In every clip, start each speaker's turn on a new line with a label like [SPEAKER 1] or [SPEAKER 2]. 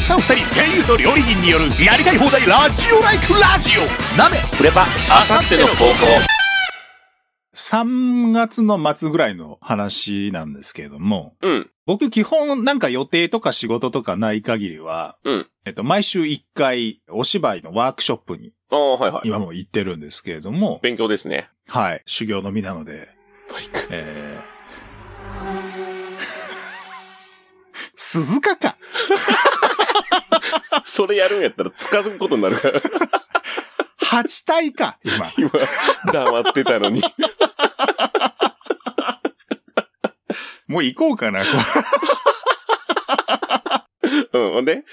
[SPEAKER 1] さん2人声優と料理人によるやりたい放題ラジオライクラジオ鍋
[SPEAKER 2] フレパ、あさっての方向。
[SPEAKER 1] 3月の末ぐらいの話なんですけれども、
[SPEAKER 2] うん。
[SPEAKER 1] 僕基本なんか予定とか仕事とかない限りは、
[SPEAKER 2] うん
[SPEAKER 1] えっと、毎週1回お芝居のワークショップに
[SPEAKER 2] ああ、はいはい。
[SPEAKER 1] 今も行ってるんですけれども、
[SPEAKER 2] 勉強 ですね。
[SPEAKER 1] はい、修行の身なので、
[SPEAKER 2] バイク。
[SPEAKER 1] えー、鈴鹿か
[SPEAKER 2] それやるんやったら使うことに なるから、
[SPEAKER 1] 八体か今。
[SPEAKER 2] 今、黙ってたのに。
[SPEAKER 1] もう行こうかな、こ
[SPEAKER 2] うん、ほんで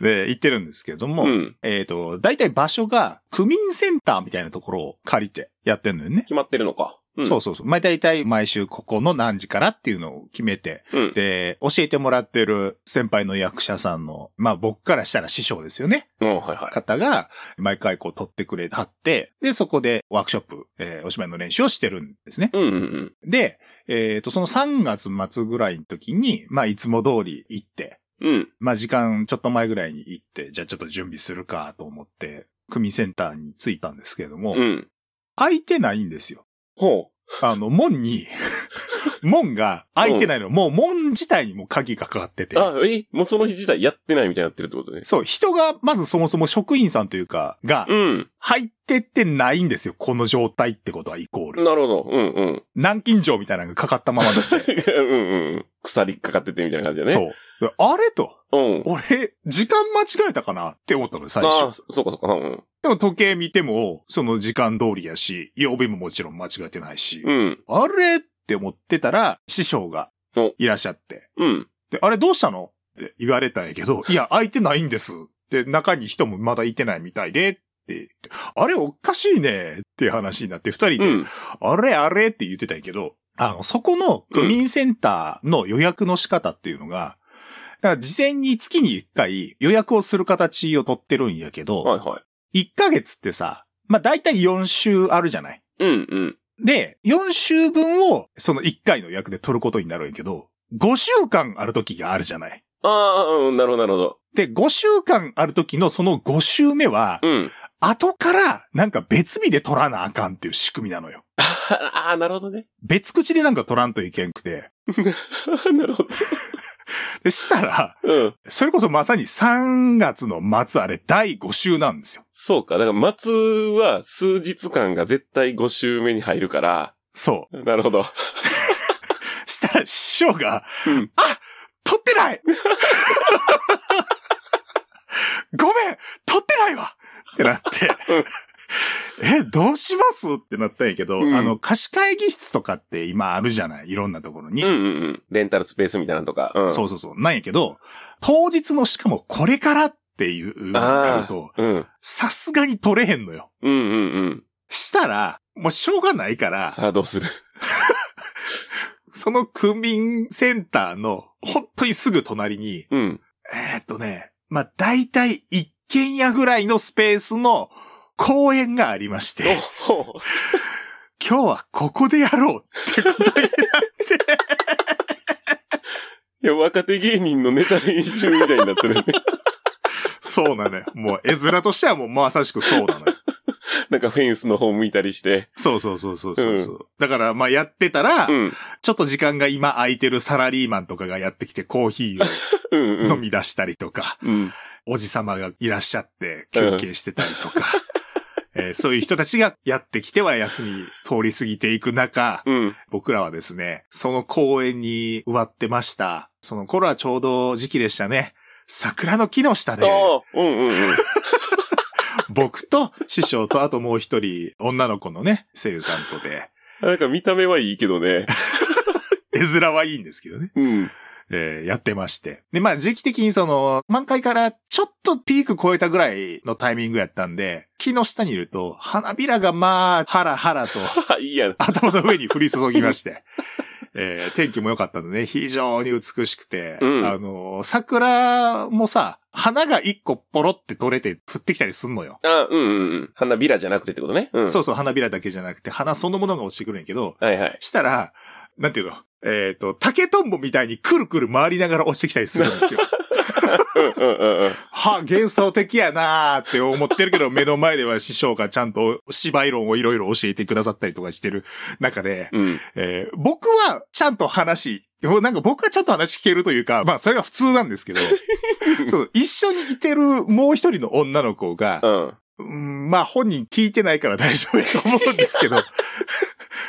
[SPEAKER 1] うで、行ってるんですけれども、
[SPEAKER 2] うん。
[SPEAKER 1] えっ、と、だいたい場所が、区民センターみたいなところを借りてやってんのよね。
[SPEAKER 2] 決まってるのか。うん、
[SPEAKER 1] そうそうそう。まあ、だいたい毎週ここの何時からっていうのを決めて、
[SPEAKER 2] うん。
[SPEAKER 1] で、教えてもらってる先輩の役者さんの、まあ、僕からしたら師匠ですよね。
[SPEAKER 2] うん、はいはい。
[SPEAKER 1] 方が、毎回こう撮ってくれはって、で、そこでワークショップ、えーお芝居の練習をしてるんですね。
[SPEAKER 2] うん、うん、
[SPEAKER 1] で、えっ、と、その3月末ぐらいの時に、まあ、いつも通り行って、
[SPEAKER 2] うん。うん。
[SPEAKER 1] まあ、時間ちょっと前ぐらいに行って、じゃあちょっと準備するかと思って、組センターに着いたんですけれども、
[SPEAKER 2] うん。
[SPEAKER 1] 開いてないんですよ。
[SPEAKER 2] ほ
[SPEAKER 1] あの、門に、 門が開いてないの。もう門自体にもう鍵がかかってて
[SPEAKER 2] う。。あ、えもうその日自体やってないみたいになってるってことね。
[SPEAKER 1] そう、人が、まずそもそも職員さんというか、が
[SPEAKER 2] う、ん。
[SPEAKER 1] 入ってってないんですよ。この状態ってことはイコール。
[SPEAKER 2] なるほど。うん、 うん。
[SPEAKER 1] 南京錠みたいなのがかかったままだって。
[SPEAKER 2] うん、うん。鎖かかっててみたいな感じだ ね。
[SPEAKER 1] そう。であれと、
[SPEAKER 2] そう。うん。
[SPEAKER 1] 俺、時間間違えたかなって思ったの、最
[SPEAKER 2] ああ、
[SPEAKER 1] 初。
[SPEAKER 2] そうかそうか。うん。
[SPEAKER 1] でも時計見ても、その時間通りやし、曜日ももちろん間違えてないし、
[SPEAKER 2] うん。
[SPEAKER 1] あれって思ってたら、師匠が
[SPEAKER 2] お
[SPEAKER 1] いらっしゃって、
[SPEAKER 2] うん。
[SPEAKER 1] で、あれどうしたのって言われたんやけ ど、いや、空いてないんです。で、中に人もまだいてないみたいで、って、あれおかしいね、っていう話になって、二人で、
[SPEAKER 2] うん。
[SPEAKER 1] あれあれって言ってたんやけど、あの、そこの区民センターの予約の仕方っていうのが、だから事前に月に1回予約をする形をとってるんやけど、
[SPEAKER 2] はいはい。
[SPEAKER 1] 1ヶ月ってさ、まあ、だいたい4週あるじゃない。
[SPEAKER 2] うん、うん。
[SPEAKER 1] で、4週分をその1回の予約で取ることになるんやけど、5週間ある時があるじゃない。
[SPEAKER 2] ああ、うん、なるほど、なるほど。
[SPEAKER 1] で、5週間ある時のその5週目は、
[SPEAKER 2] うん。
[SPEAKER 1] 後からなんか別日で取らなあかんっていう仕組みなのよ。
[SPEAKER 2] ああ、なるほどね。
[SPEAKER 1] 別口でなんか取らんといけんくて。
[SPEAKER 2] なるほど。
[SPEAKER 1] で、したら、
[SPEAKER 2] うん。
[SPEAKER 1] それこそまさに3月の末あれ第5週なんですよ。
[SPEAKER 2] そうか。だから、松は数日間が絶対5週目に入るから。
[SPEAKER 1] そ
[SPEAKER 2] なるほど。
[SPEAKER 1] う。したら師匠が、
[SPEAKER 2] うん
[SPEAKER 1] あ撮ってない ごめん撮ってないわってなって、え、どうしますってなったんやけど、
[SPEAKER 2] うん
[SPEAKER 1] あの、貸し会議室とかって今あるじゃないいろんなところに。
[SPEAKER 2] うんうんうん。レンタルスペースみたいなのとか。うん。
[SPEAKER 1] そうそうそう。なんやけど、当日のしかもこれからっていうのがあると、
[SPEAKER 2] うん。
[SPEAKER 1] さすがに撮れへんのよ。
[SPEAKER 2] うんうんうん。
[SPEAKER 1] したら、もうしょうがないから、
[SPEAKER 2] さあどうする
[SPEAKER 1] その区民センターの、本当にすぐ隣に、
[SPEAKER 2] うん。
[SPEAKER 1] えーっとね、まあ、大体一軒家ぐらいのスペースの公園がありまして、
[SPEAKER 2] おほ
[SPEAKER 1] 今日はここでやろうってことになって、
[SPEAKER 2] いや、若手芸人のネタ練習みたいになって るね。
[SPEAKER 1] そうな のよ。もう絵面としてはもうまさしくそうなのよ。
[SPEAKER 2] なんかフェンスの方向いたりして。
[SPEAKER 1] そうそうそうそうそうそう、だから、まあ、やってたら、
[SPEAKER 2] うん。
[SPEAKER 1] ちょっと時間が今空いてるサラリーマンとかがやってきてコーヒー
[SPEAKER 2] うんう
[SPEAKER 1] を飲
[SPEAKER 2] ん。
[SPEAKER 1] み出したりとか、
[SPEAKER 2] うん。
[SPEAKER 1] おじさまがいらっしゃって休憩してたり とか、えーそういう人たちがやってきては休み通り過ぎていく中、
[SPEAKER 2] うん。
[SPEAKER 1] 僕らはですね、その公園に植わってました。その頃はちょうど時期でしたね。桜の木の下で、
[SPEAKER 2] ああ、うんうんうん。
[SPEAKER 1] 僕と師匠とあともう一人、女の子のね、声優さんとで、
[SPEAKER 2] なんか見た目はいいけどね。
[SPEAKER 1] 絵面はいいんですけどね、
[SPEAKER 2] うん。
[SPEAKER 1] えーやってまして。で、まあ時期的にその、満開からちょっとピーク超えたぐらいのタイミングやったんで、木の下にいると、花びらがまあ、ハラハラと、
[SPEAKER 2] あいいや。
[SPEAKER 1] 頭の上に降り注ぎまして。えー天気も良かったのでね、非常に美しくて、
[SPEAKER 2] うん
[SPEAKER 1] あのー、桜もさ、花が一個ポロって取れて降ってきたりすんのよ。
[SPEAKER 2] あうんうんうん。花びらじゃなくてってことね。うん。
[SPEAKER 1] そうそう、花びらだけじゃなくて、花そのものが落ちてくるんやけど、
[SPEAKER 2] はいはい。
[SPEAKER 1] したら、なんていうのえっ、と、竹とんぼみたいにくるくる回りながら落ちてきたりするんですよ。
[SPEAKER 2] うんうんうんうん。
[SPEAKER 1] はあ、幻想的やなーって思ってるけど、目の前では師匠がちゃんと芝居論をいろいろ教えてくださったりとかしてる中で、
[SPEAKER 2] うん。
[SPEAKER 1] えー僕はちゃんと話、なんか僕はちゃんと話聞けるというか、まあそれが普通なんです けど、そう、一緒にいてるもう一人の女の子が
[SPEAKER 2] う、ん。
[SPEAKER 1] うんまあ本人聞いてないから大丈夫やと思うんですけど、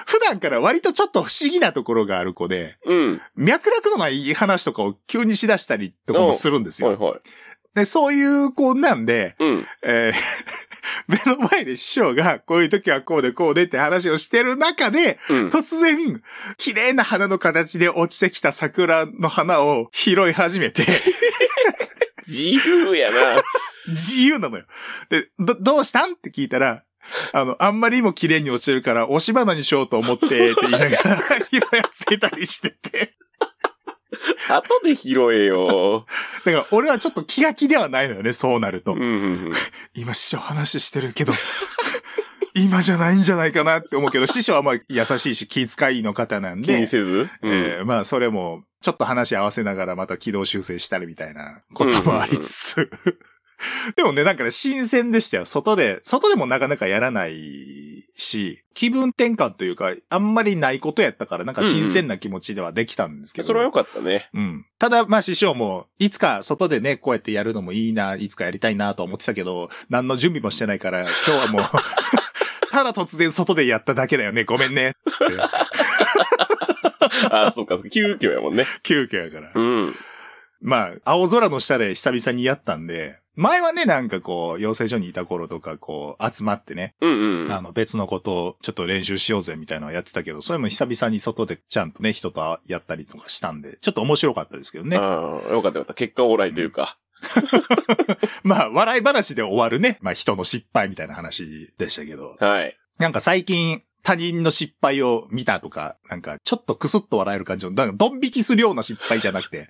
[SPEAKER 1] 普段から割とちょっと不思議なところがある子で、
[SPEAKER 2] うん。
[SPEAKER 1] 脈絡のない話とかを急にしだしたりとかもするんです
[SPEAKER 2] はい
[SPEAKER 1] よ。
[SPEAKER 2] はい。
[SPEAKER 1] で、そういう子なんで、
[SPEAKER 2] うん。
[SPEAKER 1] えー 目の前で師匠がこういう時はこうでこうでって話をしてる中で、
[SPEAKER 2] うん。
[SPEAKER 1] 突然、綺麗な花の形で落ちてきた桜の花を拾い始め て、
[SPEAKER 2] 自由やな。
[SPEAKER 1] 自由なのよ。で、ど、どうしたんって聞いたら、あの、あんまりにも綺麗に落ちてるから、押し花にしようと思って、って言いながら、 拾い集めたりしてて。
[SPEAKER 2] 後で拾えよ。
[SPEAKER 1] だから、俺はちょっと気が気ではないのよね、そうなる
[SPEAKER 2] う
[SPEAKER 1] と
[SPEAKER 2] ん。うんうん。
[SPEAKER 1] 今、師匠話してるけど、 今じゃないんじゃないかなって思う けど、師匠はまあ、優しいし、気遣いの方なん
[SPEAKER 2] 気に
[SPEAKER 1] で、
[SPEAKER 2] せず。うん
[SPEAKER 1] えーまあ、それも、ちょっと話合わせながら、また軌道修正したりみたいなこともありつつ。 でもね、なんかね、新鮮でしたよ。外で、外でもなかなかやらないし、気分転換というか、あんまりないことやったから、なんか新鮮な気持ちではできたんですけど。
[SPEAKER 2] それは良かったね。
[SPEAKER 1] うん。ただ、まあ、師匠も、いつか外でね、こうやってやるのもいいな、いつかやりたいなと思ってたけど、何の準備もしてないから、今日はもう、 ただ突然外でやっただけだよね、ごめんね、つって、
[SPEAKER 2] あ、そうか、急遽やもんね。
[SPEAKER 1] 急遽やから。
[SPEAKER 2] うん。
[SPEAKER 1] まあ、青空の下で久々にやったんで、前はね、なんかこう、養成所にいた頃とか、こう、集まってね、
[SPEAKER 2] うんうん。
[SPEAKER 1] あの、別のことをちょっと練習しようぜみたいなのをやってたけど、それも久々に外でちゃんとね、人とやったりとかしたんで、ちょっと面白かったですけどね。
[SPEAKER 2] ああ、よかったよかった。結果オーライというか。
[SPEAKER 1] まあ、笑い話で終わるね、まあ、人の失敗みたいな話でしたけど、
[SPEAKER 2] はい。
[SPEAKER 1] なんか最近、他人の失敗を見たとか、なんか、ちょっとクスッと笑える感じの、なんか、ドン引きするような失敗じゃ なくて、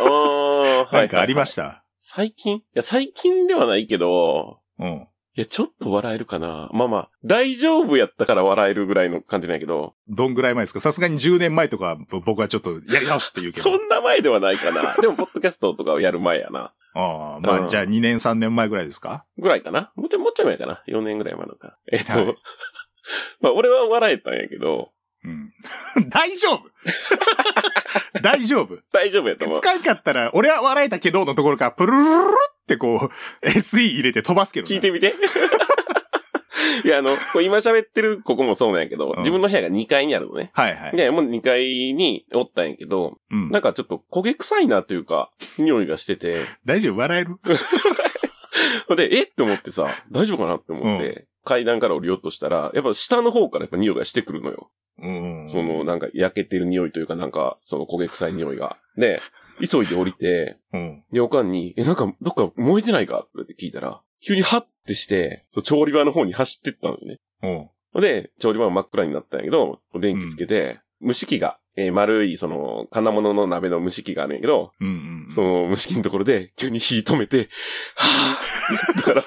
[SPEAKER 2] ああ、はい。
[SPEAKER 1] なんかありま
[SPEAKER 2] た。
[SPEAKER 1] した。
[SPEAKER 2] 最近いや、最近ではないけど、
[SPEAKER 1] うん。
[SPEAKER 2] いや、ちょっと笑えるかな。まあまあ、大丈夫やったから笑えるぐらいの感じなんやけど、
[SPEAKER 1] どんぐらい前ですかさすがに10年前とか、ぼ僕はちょっとやり直しって言うけ
[SPEAKER 2] そ
[SPEAKER 1] ど。
[SPEAKER 2] んな前ではないか な。でも、ポッドキャストとかをやる前やな。
[SPEAKER 1] ああまあ、
[SPEAKER 2] うん
[SPEAKER 1] じゃあ2年3年前ぐらいですか
[SPEAKER 2] ぐらいかな。もうちょい、もうちょい前かな。4年ぐらい前なのか。えっと、
[SPEAKER 1] はい
[SPEAKER 2] まあ、俺は笑えたんやけど、
[SPEAKER 1] うん。 大丈夫 大丈夫
[SPEAKER 2] 大 丈夫やと思う。
[SPEAKER 1] 使いかったら、俺は笑えたけどのところから、プルルルルルってこう、SE 入れて飛ばすけどね。
[SPEAKER 2] 聞いてみ て。いや、あの、こう今喋ってるここもそうなんやけど、
[SPEAKER 1] うん
[SPEAKER 2] 自分の部屋が2階にあるのね。
[SPEAKER 1] はいはい。
[SPEAKER 2] で、もう2階におったんやけど、
[SPEAKER 1] うん
[SPEAKER 2] なんかちょっと焦げ臭いなというか、匂いがしてて、
[SPEAKER 1] 大丈夫笑える
[SPEAKER 2] で、えって思ってさ、大丈夫かなって思って、階段から降りようとしたら、やっぱ下の方からやっぱ匂いがしてくるのよ。
[SPEAKER 1] うん。
[SPEAKER 2] その、なんか焼けてる匂いというか、なんか、その焦げ臭い匂いが。で、急いで降りて、
[SPEAKER 1] うん。
[SPEAKER 2] で、おかんに、え、なんか、どっか燃えてないかって聞いたら、急にハッてして、そう調理場の方に走ってったのよね。
[SPEAKER 1] うん。
[SPEAKER 2] で、調理場は真っ暗になったんやけど、電気つけて、蒸し器が、えー丸い、その、金物の鍋の蒸し器があるんやけど、
[SPEAKER 1] うん。うん。
[SPEAKER 2] その蒸し器のところで、急に火止めて、はぁ、だから、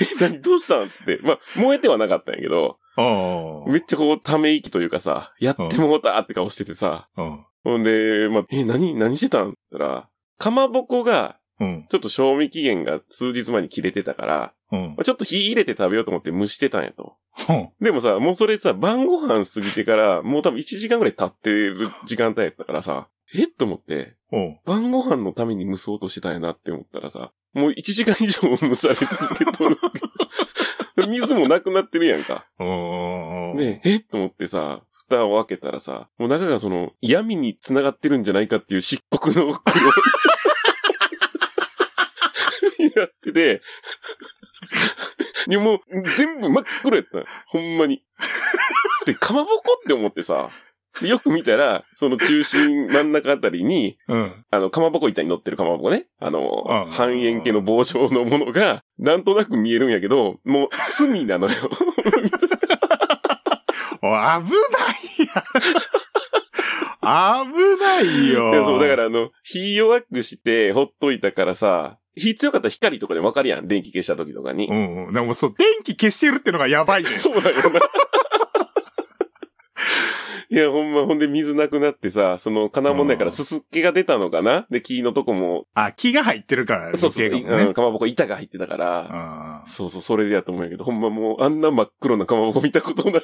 [SPEAKER 2] え、何、どうしたんっつって、まあ、燃えてはなかったんやけど、
[SPEAKER 1] あ
[SPEAKER 2] めっちゃこう、ため息というかさ、やってもうたって顔しててさ、
[SPEAKER 1] あ。うん。
[SPEAKER 2] ほんで、まあ、え、何、何してたんって言ったら、かまぼこが、
[SPEAKER 1] うん。
[SPEAKER 2] ちょっと賞味期限が数日前に切れてたから、
[SPEAKER 1] うん
[SPEAKER 2] まあ。ちょっと火入れて食べようと思って蒸してたんやと。
[SPEAKER 1] うん
[SPEAKER 2] でもさ、もうそれさ、晩ご飯過ぎてから、もう多分1時間ぐらい経ってる時間帯やったからさ、えっと思って、
[SPEAKER 1] うん。
[SPEAKER 2] 晩ご飯のために蒸そうとしてたんやなって思ったらさ、もう1時間以上蒸され続けとる。水もなくなってるやんか。
[SPEAKER 1] うん。
[SPEAKER 2] で、えっと思ってさ、蓋を開けたらさ、もう中がその、闇に繋がってるんじゃないかっていう漆黒の黒になってて、いやもう、全部真っ黒やったの。ほんまに。で、かまぼこって思ってさ、でよく見たら、その中心真ん中あたりに、
[SPEAKER 1] うん。
[SPEAKER 2] あの、かまぼこ板に乗ってるかまぼこね。あの、
[SPEAKER 1] ああ
[SPEAKER 2] 半円形の棒状のものが、なんとなく見えるんやけど、もう、隅なのよ。
[SPEAKER 1] お危ないや。危ないよ。
[SPEAKER 2] いや、そう、だからあの、火弱くして、ほっといたからさ、火強かったら光とかでわかるやん。電気消した時とかに。
[SPEAKER 1] うんうん。で もそう、電気消してるってのがやばいね。
[SPEAKER 2] そうだよな。いや、ほんま、ほんで水なくなってさ、その金物やか
[SPEAKER 1] う
[SPEAKER 2] ら
[SPEAKER 1] ん
[SPEAKER 2] すすっけが出たのかなで、木のとこも、
[SPEAKER 1] あ、木が入ってるから、
[SPEAKER 2] そうそう、
[SPEAKER 1] 余計かも
[SPEAKER 2] うん
[SPEAKER 1] ね。
[SPEAKER 2] かまぼこ板が入ってたから、
[SPEAKER 1] あ
[SPEAKER 2] そうそう、それでやと思うんやけど、ほんまもう、あんな真っ黒なかまぼこ見たことない。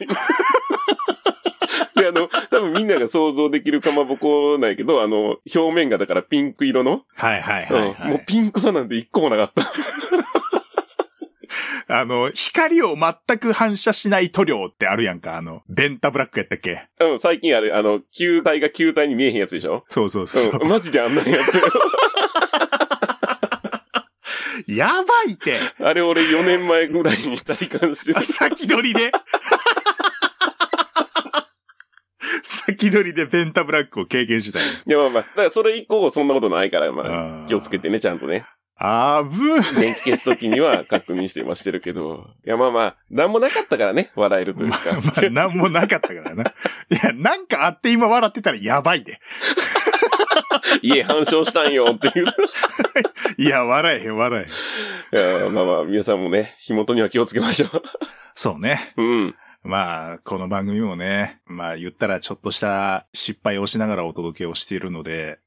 [SPEAKER 2] で、あの、多分みんなが想像できるかまぼこなんやけど、あの、表面がだからピンク色の、
[SPEAKER 1] はいはいはい、
[SPEAKER 2] うん
[SPEAKER 1] は
[SPEAKER 2] もう
[SPEAKER 1] い。
[SPEAKER 2] ピンクさなんて一個もなかった。
[SPEAKER 1] あの、光を全く反射しない塗料ってあるやんか、あの、ベンタブラックやったっけ
[SPEAKER 2] うん、最近あれ、あの、球体が球体に見えへんやつでしょ
[SPEAKER 1] そうそうそう。
[SPEAKER 2] うん、マジであんなんやつ。
[SPEAKER 1] やばいって
[SPEAKER 2] あれ俺4年前ぐらいに体感してる
[SPEAKER 1] あ。 先取りで先取りでベンタブラックを経験したよ。
[SPEAKER 2] いやまあまあ、だからそれ以降そんなことないから、まあ、
[SPEAKER 1] あー
[SPEAKER 2] 気をつけてね、ちゃんとね。
[SPEAKER 1] あぶー
[SPEAKER 2] 電気消すときには確認してはしてるけど。いやまあまあ、なんもなかったからね、笑えるという
[SPEAKER 1] ま
[SPEAKER 2] か。
[SPEAKER 1] あまあ、なんもなかったからな。いや、なんかあって今笑ってたらやばいで。
[SPEAKER 2] 家反証したんよって いう。
[SPEAKER 1] いや、笑えへん、笑えへん。
[SPEAKER 2] いやまあまあ、皆さんもね、火元には気をつけましょ
[SPEAKER 1] そうね。
[SPEAKER 2] う。 うん。
[SPEAKER 1] まあ、この番組もね、まあ言ったらちょっとした失敗をしながらお届けをしている ので、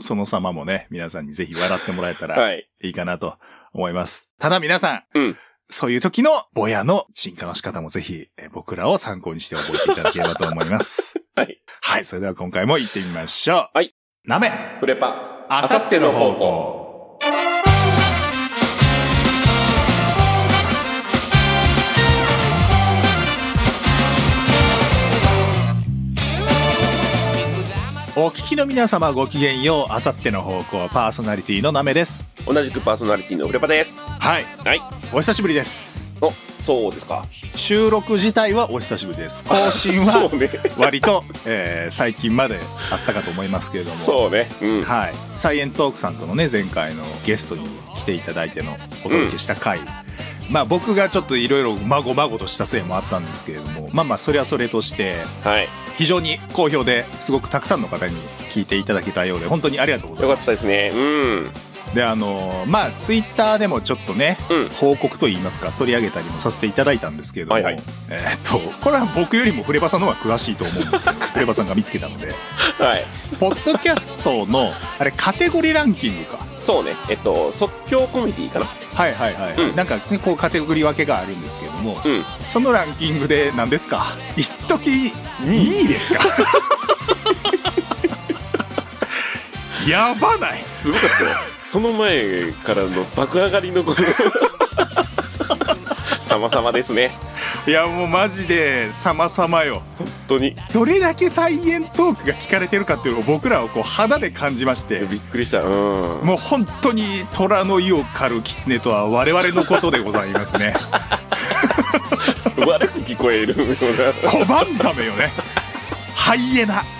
[SPEAKER 1] その様もね、皆さんにぜひ笑ってもらえたら
[SPEAKER 2] はい。
[SPEAKER 1] いいかなと思います。ただ皆さん、
[SPEAKER 2] うん
[SPEAKER 1] そういう時のぼやの進化の仕方もぜひえ僕らを参考にして覚えていただければと思い ます。
[SPEAKER 2] はい。
[SPEAKER 1] はい、それでは今回も行ってみましょう。
[SPEAKER 2] はい。
[SPEAKER 1] なめ
[SPEAKER 2] フレパ。
[SPEAKER 1] あ
[SPEAKER 2] さっての方
[SPEAKER 1] 向。お聞きの皆様ごきげんよう。あさっての方向パーソナリティのなめです。
[SPEAKER 2] 同じくパーソナリティのフレパです。
[SPEAKER 1] はい。
[SPEAKER 2] はい。
[SPEAKER 1] お久しぶりです。
[SPEAKER 2] お、そうですか。
[SPEAKER 1] 収録自体はお久しぶ りです。更新は
[SPEAKER 2] そうね。
[SPEAKER 1] 割と、えー最近まであったかと思いますけれども。
[SPEAKER 2] そうね。うん。
[SPEAKER 1] はい、サイエントークさんとのね前回のゲストに来ていただいてのお届けした回、まあ僕がちょっといろいろまごまごとしたせいもあったんですけれどもまあまあそれはそれとして
[SPEAKER 2] はい。
[SPEAKER 1] 非常に好評ですごくたくさんの方に聞いていただけたようで本当にありがとうござ
[SPEAKER 2] よ
[SPEAKER 1] い
[SPEAKER 2] か
[SPEAKER 1] ま
[SPEAKER 2] った
[SPEAKER 1] す。
[SPEAKER 2] ですね。うん。
[SPEAKER 1] であのまあツイッターでもちょっとね、
[SPEAKER 2] うん
[SPEAKER 1] 報告といいますか取り上げたりもさせていただいたんですけれども、
[SPEAKER 2] はいはい
[SPEAKER 1] えーっとこれは僕よりもフレバさんの方が詳しいと思うん ですけどフレバさんが見つけたので
[SPEAKER 2] はい。
[SPEAKER 1] ポッドキャストのあれカテゴリーランキングか。
[SPEAKER 2] そうね。えっと、即興コメディかな。
[SPEAKER 1] はいはいはい、
[SPEAKER 2] うん
[SPEAKER 1] なんか、ね、こうカテゴリー分けがあるんですけども、
[SPEAKER 2] うん
[SPEAKER 1] そのランキングで何ですか一時2
[SPEAKER 2] 二
[SPEAKER 1] 位ですか やばない
[SPEAKER 2] すごか ったよ。その前からの爆上がりのこの。様々ですね。
[SPEAKER 1] いやもうマジで様々よ
[SPEAKER 2] 本当に。
[SPEAKER 1] どれだけサイエントークが聞かれてるかっていうのを僕らはこう肌で感じまして
[SPEAKER 2] びっくりした。うん。
[SPEAKER 1] もう本当に虎の意を狩る狐とは我々のことでございますね
[SPEAKER 2] 悪く聞こえるような。
[SPEAKER 1] 小判ザメよねハイエナ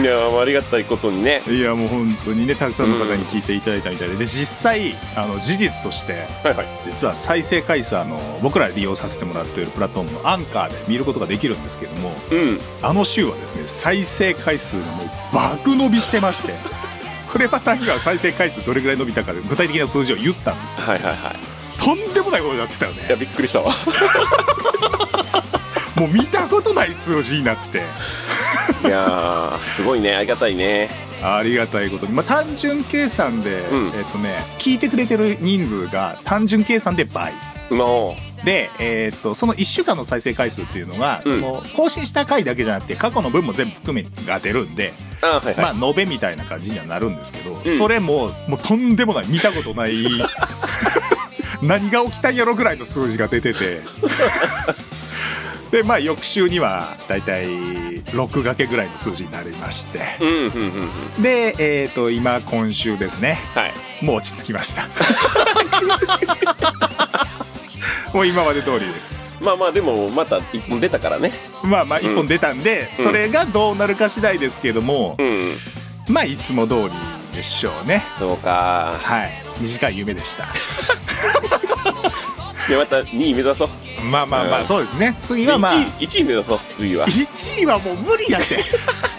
[SPEAKER 2] いやーありがたいことにね。
[SPEAKER 1] いやもう本当にねたくさんの方に聞いていただいたみたいで,、で実際あの事実として
[SPEAKER 2] はいはい。
[SPEAKER 1] 実は再生回数あの僕ら利用させてもらっているプラットフォームのアンカーで見ることができるんですけども
[SPEAKER 2] うん。
[SPEAKER 1] あの週はですね再生回数がもう爆伸びしてまして フレパさんには再生回数どれぐらい伸びたかで具体的な数字を言ったんですよ
[SPEAKER 2] はいはいはい。
[SPEAKER 1] とんでもないことになってたよ
[SPEAKER 2] いや、
[SPEAKER 1] ね
[SPEAKER 2] びっくりしたわ。
[SPEAKER 1] もう見たことない数字になってて
[SPEAKER 2] いやーすごいね。ありがたいね。
[SPEAKER 1] ありがたいことに、まあ、単純計算で、
[SPEAKER 2] うん
[SPEAKER 1] えっとね聞いてくれてる人数が単純計算で倍
[SPEAKER 2] も
[SPEAKER 1] で、えーっとその1週間の再生回数っていうのが、
[SPEAKER 2] うん
[SPEAKER 1] その更新した回だけじゃなくて過去の分も全部含めが出るんで、
[SPEAKER 2] う。あはいはい。
[SPEAKER 1] まあ延べみたいな感じにはなるんですけど、
[SPEAKER 2] ん
[SPEAKER 1] それももうとんでもない見たこ とない何が起きたんやろぐらいの数字が出ててでまあ翌週にはだいたい6掛けぐらいの数字になりまして
[SPEAKER 2] うん、うん、うん、うん。
[SPEAKER 1] で、えーっと今今週ですね
[SPEAKER 2] はい。
[SPEAKER 1] もう落ち着きました もう今まで通りです
[SPEAKER 2] まあまあ、でも、また一本出たからね。
[SPEAKER 1] まあまあ
[SPEAKER 2] うん
[SPEAKER 1] 一本出たんで、それがどうなるか次第ですけども、
[SPEAKER 2] うん。
[SPEAKER 1] まあいつも通りでしょうね
[SPEAKER 2] そうか。
[SPEAKER 1] はい短い夢でした
[SPEAKER 2] で、また2位目指そう。
[SPEAKER 1] まあまあま
[SPEAKER 2] う
[SPEAKER 1] あ
[SPEAKER 2] ん
[SPEAKER 1] そうですね次
[SPEAKER 2] 1
[SPEAKER 1] はまあ
[SPEAKER 2] 位、1位目指そう。次は。
[SPEAKER 1] 1位はもう無理やって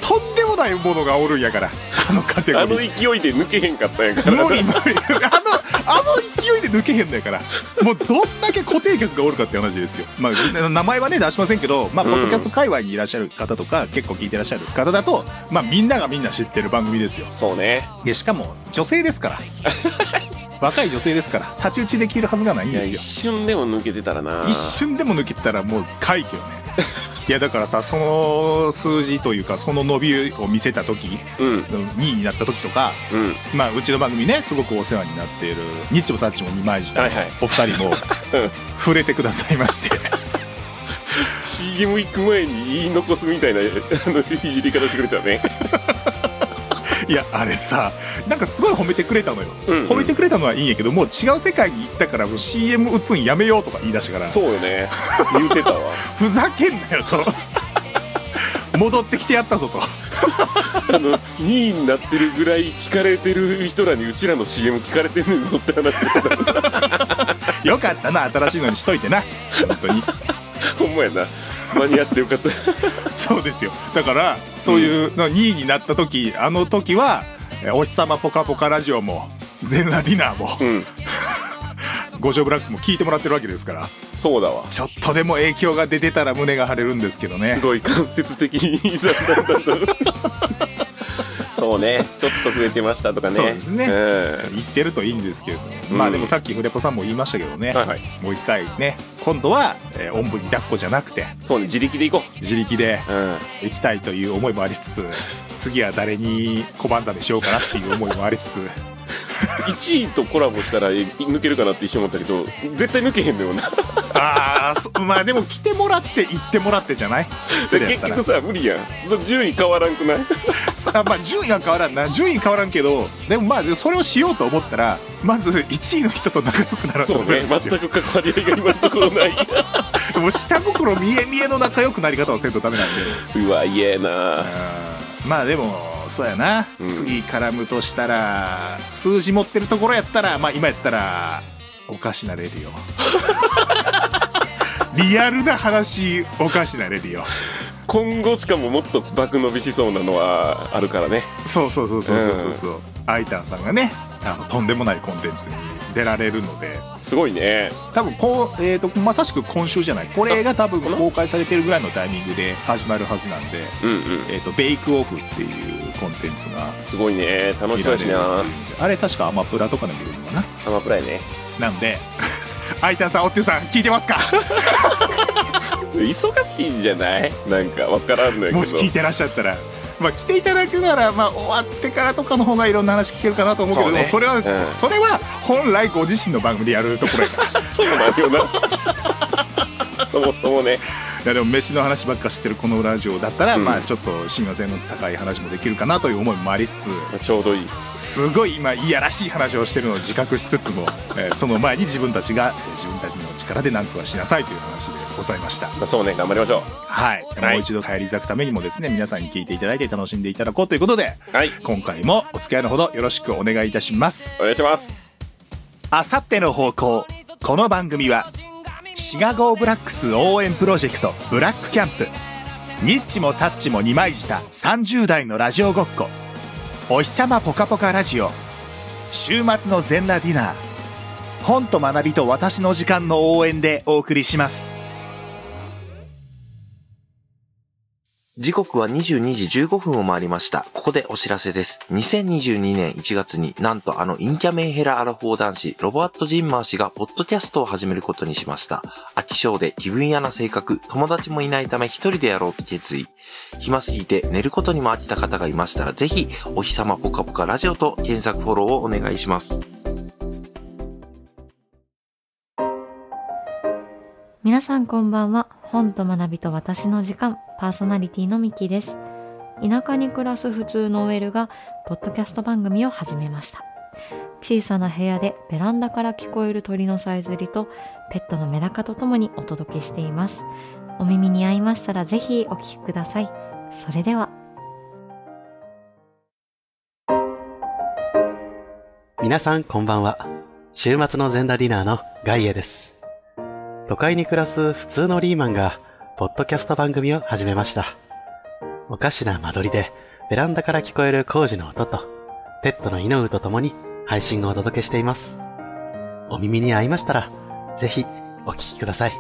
[SPEAKER 1] とんでもないものがおるんやからあのカテゴ
[SPEAKER 2] あ
[SPEAKER 1] リ
[SPEAKER 2] の
[SPEAKER 1] ー。
[SPEAKER 2] 勢いで抜けへんかったんやから。
[SPEAKER 1] 無理無理。あの、あの勢いで抜けへんのやから。もうどんだけ固定客がおるかって話ですよ。まあ、名前はね、出しませんけど、まあ、
[SPEAKER 2] うん
[SPEAKER 1] ポッドキャスト界隈にいらっしゃる方とか、結構聞いてらっしゃる方だと、まあ、みんながみんな知ってる番組ですよ。
[SPEAKER 2] そうね。
[SPEAKER 1] で、しかも、女性です から。若い女性ですから、太刀打ちできるはずがないん
[SPEAKER 2] いや、
[SPEAKER 1] です
[SPEAKER 2] 一
[SPEAKER 1] よ。
[SPEAKER 2] 瞬でも抜けてたらな。
[SPEAKER 1] 一瞬でも抜けたらもう快挙よ ねいやだからさその数字というかその伸びを見せた時
[SPEAKER 2] うん、
[SPEAKER 1] 2位になった時とか、
[SPEAKER 2] うん。
[SPEAKER 1] まあ、うちの番組ねすごくお世話になっているニッチもサッチも二枚舌
[SPEAKER 2] は
[SPEAKER 1] の
[SPEAKER 2] いはい
[SPEAKER 1] お二人も、
[SPEAKER 2] うん
[SPEAKER 1] 触れてくださいま して
[SPEAKER 2] CM 行く前に言い残すみたいな、あの、いじり方してくれたよね。
[SPEAKER 1] いやあれさなんかすごい褒めてくれたのよ、
[SPEAKER 2] うんうん
[SPEAKER 1] 褒めてくれたのはいいんやけどもう違う世界に行ったからもう CM 打つんやめようとか言い出したから
[SPEAKER 2] そうよね。言うてたわ。
[SPEAKER 1] ふざけんなよ と戻ってきてやったぞと
[SPEAKER 2] あの、2位になってるぐらい聞かれてる人らにうちらの CM 聞かれてんねんぞって話してた。
[SPEAKER 1] よかったな新しいのにしといてな本当に
[SPEAKER 2] ほんまやな。間に合ってよかった。
[SPEAKER 1] そうですよだからそういうの2位になった時あの時はえ「お日様ぽかぽかラジオ」も「ゼンラディナー」 も
[SPEAKER 2] うん。
[SPEAKER 1] 「五条ブラックス」も聞いてもらってるわけですから
[SPEAKER 2] そうだわ。
[SPEAKER 1] ちょっとでも影響が出てたら胸が張れるんですけど
[SPEAKER 2] す
[SPEAKER 1] ね
[SPEAKER 2] ごい間接的にだったんだと。 そうね。ちょっと増えてましたとかね。
[SPEAKER 1] そうですね
[SPEAKER 2] う
[SPEAKER 1] 言ってるといいんですけれども、
[SPEAKER 2] うん
[SPEAKER 1] まあでもさっきフレポさんも言いましたけどね、
[SPEAKER 2] ん。はいはい。
[SPEAKER 1] もう一回ね今度は、えーおんぶに抱っこじゃなくて
[SPEAKER 2] そうね。自力で行こ
[SPEAKER 1] 自力で
[SPEAKER 2] う。うん。
[SPEAKER 1] 行きたいという思いもありつつ次は誰に小判ざめしようかなっていう思いもありつつ
[SPEAKER 2] 1位とコラボしたらえ抜けるかなって一瞬思ったけど、絶対抜けへんだよ な。
[SPEAKER 1] ああ、そまあでも来てもらって行ってもらってじゃないそれや
[SPEAKER 2] 結
[SPEAKER 1] ったら
[SPEAKER 2] 局さ、無理やん。順位変わらんくない
[SPEAKER 1] さまあ順位は変わらんな順位変わらんけどでもまあそれをしようと思ったらまず1位の人と仲良くならんと
[SPEAKER 2] そうね。
[SPEAKER 1] んですよ、
[SPEAKER 2] 全く関わり合いが今のところない。
[SPEAKER 1] もう下心見え見えの仲良くなり方をせんとダメなん で
[SPEAKER 2] うわ、嫌や
[SPEAKER 1] う
[SPEAKER 2] な。
[SPEAKER 1] んまあでもそうやな、
[SPEAKER 2] うん
[SPEAKER 1] 次絡むとしたら数字持ってるところやったらまあ今やったらおかしなレディオ リアルな話おかしなレディオ
[SPEAKER 2] 今後しかももっと爆伸びしそうなのはあるからね。
[SPEAKER 1] そうそうそうそうそうそうそう、アイタンさんがねあのとんでもないコンテンツに出られるのです
[SPEAKER 2] ごいね。
[SPEAKER 1] 多分こう、えー、とまさしく今週じゃないこれが多分
[SPEAKER 2] この
[SPEAKER 1] 公開されてるぐらいのタイミングで始まるはずなんで、
[SPEAKER 2] うんうん。
[SPEAKER 1] えー、とベイクオフっていうコンテンツが
[SPEAKER 2] すごいね。楽しそうやしな。
[SPEAKER 1] あれ確かアマプラとかで見れるのかな
[SPEAKER 2] アマプラやね。
[SPEAKER 1] なんで アイタンさんおってゅうさん聞いてますか
[SPEAKER 2] 忙しいんじゃないなんかわからんのやけど。
[SPEAKER 1] もし聞いてらっしゃったら。まあ、来ていただくなら、まあ、終わってからとかの方がいろんな話聞けるかなと思うけ
[SPEAKER 2] そ
[SPEAKER 1] ど
[SPEAKER 2] う
[SPEAKER 1] そ,、
[SPEAKER 2] ね
[SPEAKER 1] れは、
[SPEAKER 2] うん
[SPEAKER 1] それは本来ご自身の番組でやるところやから
[SPEAKER 2] そうなんよな。そもそもね。
[SPEAKER 1] いやでも飯の話ばっかしてるこのラジオだったら、
[SPEAKER 2] うん
[SPEAKER 1] まあちょっと親和性の高い話もできるかなという思いもありつ
[SPEAKER 2] ちょうどいい。
[SPEAKER 1] つすごい今いやらしい話をしてるのを自覚し つつも、えーその前に自分たちが、えー自分たちの力で何とかしなさいという話でございました
[SPEAKER 2] まあそうね、頑張りましょ
[SPEAKER 1] はい、
[SPEAKER 2] はい
[SPEAKER 1] もう一度帰り咲くためにもですね皆さんに聞いていただいて楽しんでいただこうということで
[SPEAKER 2] う。はい。
[SPEAKER 1] 今回もお付き合いのほどよろしくお願いいたします
[SPEAKER 2] お願いします。
[SPEAKER 1] あさっての方向この番組はシガゴーブラックス応援プロジェクトブラックキャンプニッチもサッチも二枚舌30代のラジオごっこお日様ぽかぽかラジオ週末の全裸ディナー本と学びと私の時間の応援でお送りします
[SPEAKER 3] 時刻は22時15分を回りました。ここでお知らせです。2022年1月になんとあのインキャメンヘラアラフォー男子、ロボアット・ジンマー氏がポッドキャストを始めることにしました。飽き性で気分屋な性格、友達もいないため一人でやろうと決意。暇すぎて寝ることにも飽きた方がいましたら、ぜひ、お日様ぽかぽかラジオと検索フォローをお願いします。
[SPEAKER 4] 皆さんこんばんは本と学びと私の時間パーソナリティのミキです田舎に暮らす普通の OL がポッドキャスト番組を始めました小さな部屋でベランダから聞こえる鳥のさえずりとペットのメダカとともにお届けしていますお耳に合いましたらぜひお聞きくださいそれでは
[SPEAKER 5] 皆さんこんばんは。週末の全裸ディナーのガイエです。都会に暮らす普通のリーマンが、ポッドキャスト番組を始めました。おかしな間取りで、ベランダから聞こえる工事の音と、ペットのイノウと共に配信をお届けしています。お耳に合いましたら、ぜひお聞きください。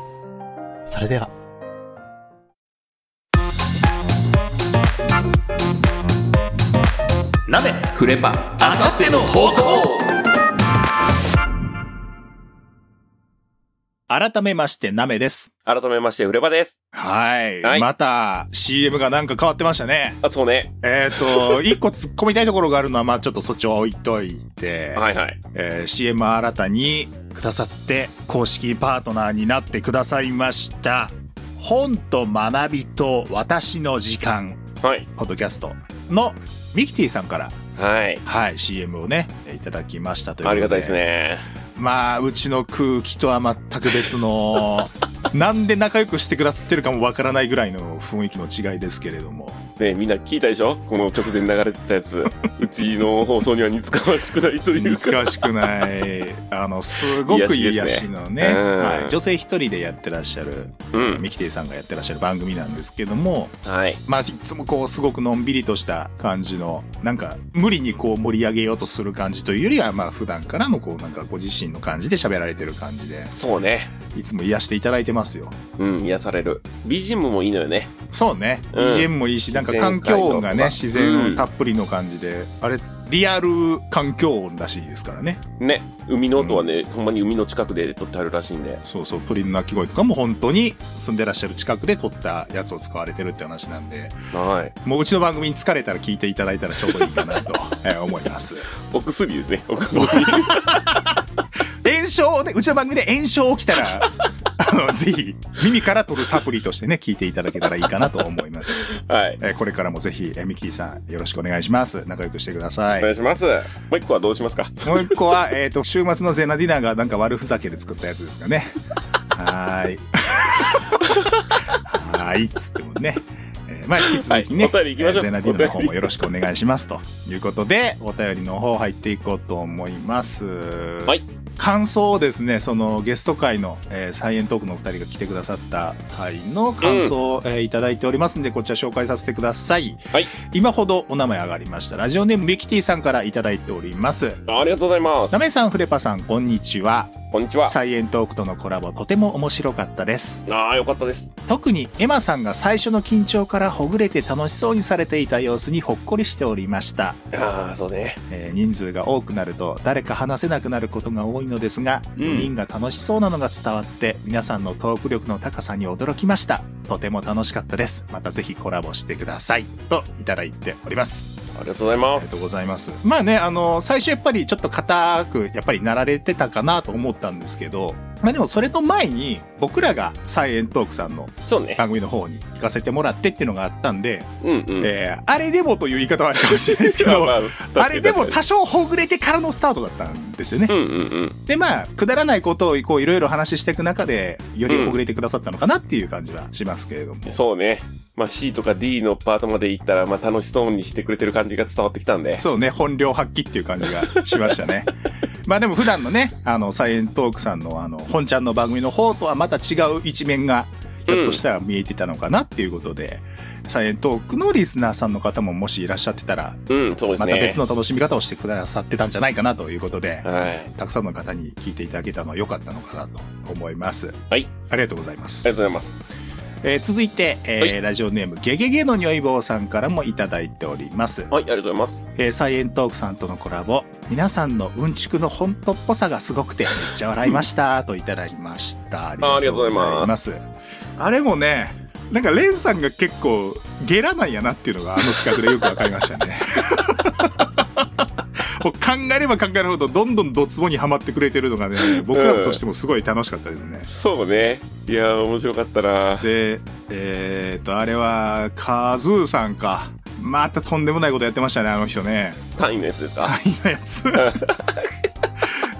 [SPEAKER 5] それでは。
[SPEAKER 6] 鍋フレパあさっての方向
[SPEAKER 1] 改めまして、ナメです。
[SPEAKER 2] 改めまして、フレバです。
[SPEAKER 1] はい。
[SPEAKER 2] はい
[SPEAKER 1] また、CM がなんか変わってましたね。
[SPEAKER 2] あ、そうね。
[SPEAKER 1] え っ、と、一個突っ込みたいところがあるのは、まあちょっとそっちを置いといて、
[SPEAKER 2] はいはい。
[SPEAKER 1] えー CM 新たにくださって、公式パートナーになってくださいました。本と学びと私の時間、
[SPEAKER 2] はい。
[SPEAKER 1] ポッドキャストのミキティさんから、
[SPEAKER 2] はい。
[SPEAKER 1] はい、CM をね、いただきましたということ
[SPEAKER 2] ありがたいです。ね。
[SPEAKER 1] まあ、うちの空気とは全く別 の、なんで仲良くしてくださってるかもわからないぐらいの雰囲気の違いですけれども。
[SPEAKER 2] ねみんな聞いたでしょこの直前に流れてたやつ。うちの放送には似つかわしくないというか。
[SPEAKER 1] 難しくない。あの、すごくいい癒しのね、
[SPEAKER 2] 癒しですねうん
[SPEAKER 1] はい、女性一人でやってらっしゃる、
[SPEAKER 2] うん。
[SPEAKER 1] ミキティさんがやってらっしゃる番組なんですけども、
[SPEAKER 2] はい。
[SPEAKER 1] まあ、いつもこう、すごくのんびりとした感じの、なんか、無理にこう盛り上げようとする感じというよりは、まあ、普段からのこう、なんかご自身の感じで喋られてる感じで、
[SPEAKER 2] そうね。
[SPEAKER 1] いつも癒していただいてますよ。
[SPEAKER 2] うん、癒される。BGM もいいのよね。
[SPEAKER 1] そうね、
[SPEAKER 2] うん
[SPEAKER 1] BGM もいいし、なんか
[SPEAKER 2] 自然
[SPEAKER 1] 環
[SPEAKER 2] 界の
[SPEAKER 1] 境音がね、
[SPEAKER 2] まあ
[SPEAKER 1] 自然たっぷりの感じで、あれ、リアル環境音らしいですからね。
[SPEAKER 2] ね。海の音はね、ほんまに海の近くで撮ってあるらしいんで。
[SPEAKER 1] そうそう、鳥の鳴き声とかも本当に住んでらっしゃる近くで撮ったやつを使われてるって話なんで、
[SPEAKER 2] はい。
[SPEAKER 1] もううちの番組に疲れたら聞いていただいたらちょうどいいかなと、えー思います。
[SPEAKER 2] お薬ですね。お薬。
[SPEAKER 1] 炎症をね、うちの番組で炎症起きたら、 あの、ぜひ、耳から取るサプリとしてね、聞いていただけたらいいかなと思います。
[SPEAKER 2] はい。
[SPEAKER 1] えーこれからもぜひ、えーミキティさん、よろしくお願いします。仲良くしてくださ
[SPEAKER 2] お
[SPEAKER 1] い。
[SPEAKER 2] 願いします。もう一個はどうしますか
[SPEAKER 1] もう一個は、えっ、と、週末のゼナディナーがなんか悪ふざけで作ったやつですかね。はーい。 はーい。つってもね。えーまあ、引き続きね、
[SPEAKER 2] はいお便り行きましょう。
[SPEAKER 1] えーゼナディナーの方もよろしくお願いします。ということで、お便りの方入っていこうと思います。はい感想をですね、そのゲスト会の、えーサイエントークのお二人が来てくださった回の感想を、えーいただいておりますんで、こちら紹介させてください。
[SPEAKER 2] はい。
[SPEAKER 1] 今ほどお名前上がりました。ラジオネームミキティさんからいただいております。
[SPEAKER 2] ありがとうございます
[SPEAKER 1] な。めさん、フレパさん、こんにちは。
[SPEAKER 2] こんにちは。
[SPEAKER 1] サイエントークとのコラボ、とても面白かったです。
[SPEAKER 2] ああ、よかったです。
[SPEAKER 1] 特に、エマさんが最初の緊張からほぐれて楽しそうにされていた様子にほっこりしておりました。
[SPEAKER 2] ああ、そうね。
[SPEAKER 1] えー人数が多くなると、誰か話せなくなることが多いのですが、
[SPEAKER 2] うん
[SPEAKER 1] 4人が楽しそうなのが伝わって、皆さんのトーク力の高さに驚きました。とても楽しかったです。またぜひコラボしてください。と、いただいております。
[SPEAKER 2] ありがとうございま
[SPEAKER 1] ありが
[SPEAKER 2] す
[SPEAKER 1] とう。ございます。まあね、あの、最初やっぱりちょっと硬く、やっぱりなられてたかなと思ったんですけど、まあでもそれの前に、僕らがサイエントークさんの
[SPEAKER 2] そうね。
[SPEAKER 1] 番組の方に行かせてもらってっていうのがあったんで、
[SPEAKER 2] うんうん。
[SPEAKER 1] えー、あれでもという言い方はあるかもしれないです け
[SPEAKER 2] ま
[SPEAKER 1] ど、
[SPEAKER 2] あまあ
[SPEAKER 1] あれでも
[SPEAKER 2] 確か
[SPEAKER 1] 多少ほぐれてからのスタートだったんですよね。
[SPEAKER 2] にうんうんうん。
[SPEAKER 1] で、まあ、くだらないことをこういろいろ話していく中で、よりほぐれてくださったのかなっていう感じはしますけれども。
[SPEAKER 2] そうね。まあ C とか D のパートまで行ったら、まあ楽しそうにしてくれてる感じが伝わってきたんで。
[SPEAKER 1] そうね、本領発揮っていう感じがしましたね。 まあでも普段のね、あの、サイエントークさんのあの、本ちゃんの番組の方とはまた違う一面が、ひょっとしたら見えてたのかなっていうことで、サイエントークのリスナーさんの方ももしいらっしゃってたら、
[SPEAKER 2] うん、そうで
[SPEAKER 1] ますた
[SPEAKER 2] ね。
[SPEAKER 1] 別の楽しみ方をしてくださってたんじゃないかなということで、
[SPEAKER 2] はい。あり
[SPEAKER 1] たくさんの方に聞いていただけたのは良かったのかなと思います。
[SPEAKER 2] はい。
[SPEAKER 1] ありがとうございます
[SPEAKER 2] がとう。ございます。
[SPEAKER 1] えー続いて、えー
[SPEAKER 2] はい
[SPEAKER 1] ラジオネームゲゲゲの匂い棒さんからもいただいております。
[SPEAKER 2] はい、ありがとうございます。
[SPEAKER 1] えーサイエントークさんとのコラボ皆さんのうんちくの本当っぽさがすごくてめっちゃ笑いま したといただきましたあ
[SPEAKER 2] あありがとうございます
[SPEAKER 1] あれもねなんかレンさんが結構ゲラなんやなっていうのがあの企画でよくわかりました ねもう考えれば考えるほどどんどんドツボにはまってくれてるのがね僕らとしてもすごい楽しかったですね、
[SPEAKER 2] そうね。いやー、面白かったな。
[SPEAKER 1] でえー、っとあれはカズーさんかまたとんでもないことやってましたねあの人ね
[SPEAKER 2] 単位のやつですか
[SPEAKER 1] 単位のやつ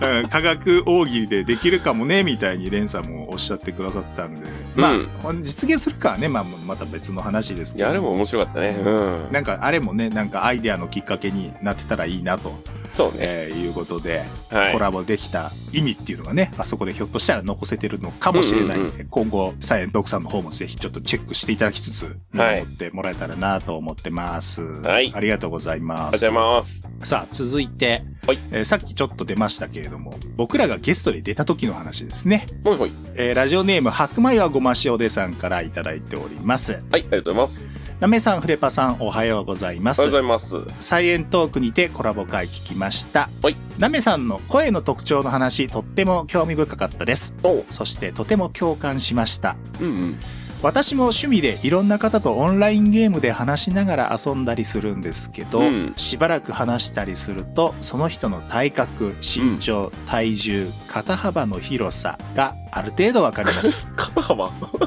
[SPEAKER 1] うん科学奥義でできるかもねみたいにレンさんもおっしゃってくださってたんで、まあ実現するかはね、まあ、また別の話です
[SPEAKER 2] い
[SPEAKER 1] けど
[SPEAKER 2] や、あれも面白かったね。うん。
[SPEAKER 1] なんかあれもねなんかアイデアのきっかけになってたらいいなと
[SPEAKER 2] そうね。
[SPEAKER 1] えーいうことで、
[SPEAKER 2] はい。
[SPEAKER 1] コラボできた意味っていうのがね、あそこでひょっとしたら残せてるのかもしれないんで、
[SPEAKER 2] うん
[SPEAKER 1] 今後、サイエントークさんの方もぜひちょっとチェックしていただきつつ、
[SPEAKER 2] はい
[SPEAKER 1] 守ってもらえたらなと思ってます。
[SPEAKER 2] はい
[SPEAKER 1] ありがとうござい
[SPEAKER 2] あ
[SPEAKER 1] ま
[SPEAKER 2] りが
[SPEAKER 1] す。
[SPEAKER 2] とうございます。
[SPEAKER 1] さあ、続いて、
[SPEAKER 2] はい
[SPEAKER 1] えーさっきちょっと出ましたけれども、僕らがゲストで出た時の話ですね。
[SPEAKER 2] ほいほい。
[SPEAKER 1] えーラジオネーム、白米はごま塩でさんからいただいております。
[SPEAKER 2] はい、ありがとうございます。
[SPEAKER 1] なめさん、フレパさん、おはようございま
[SPEAKER 2] あ
[SPEAKER 1] す
[SPEAKER 2] りが。とうございます。
[SPEAKER 1] サイエントークにてコラボ会聞きました。
[SPEAKER 2] はい。
[SPEAKER 1] ナメさんの声の特徴の話、とっても興味深かったです。
[SPEAKER 2] おう。
[SPEAKER 1] そしてとても共感しました。
[SPEAKER 2] うんうん。
[SPEAKER 1] 私も趣味でいろんな方とオンラインゲームで話しながら遊んだりするんですけど、
[SPEAKER 2] うん
[SPEAKER 1] しばらく話したりすると、その人の体格、身長、体重、肩幅の広さがある程度わかり ます。
[SPEAKER 2] 肩幅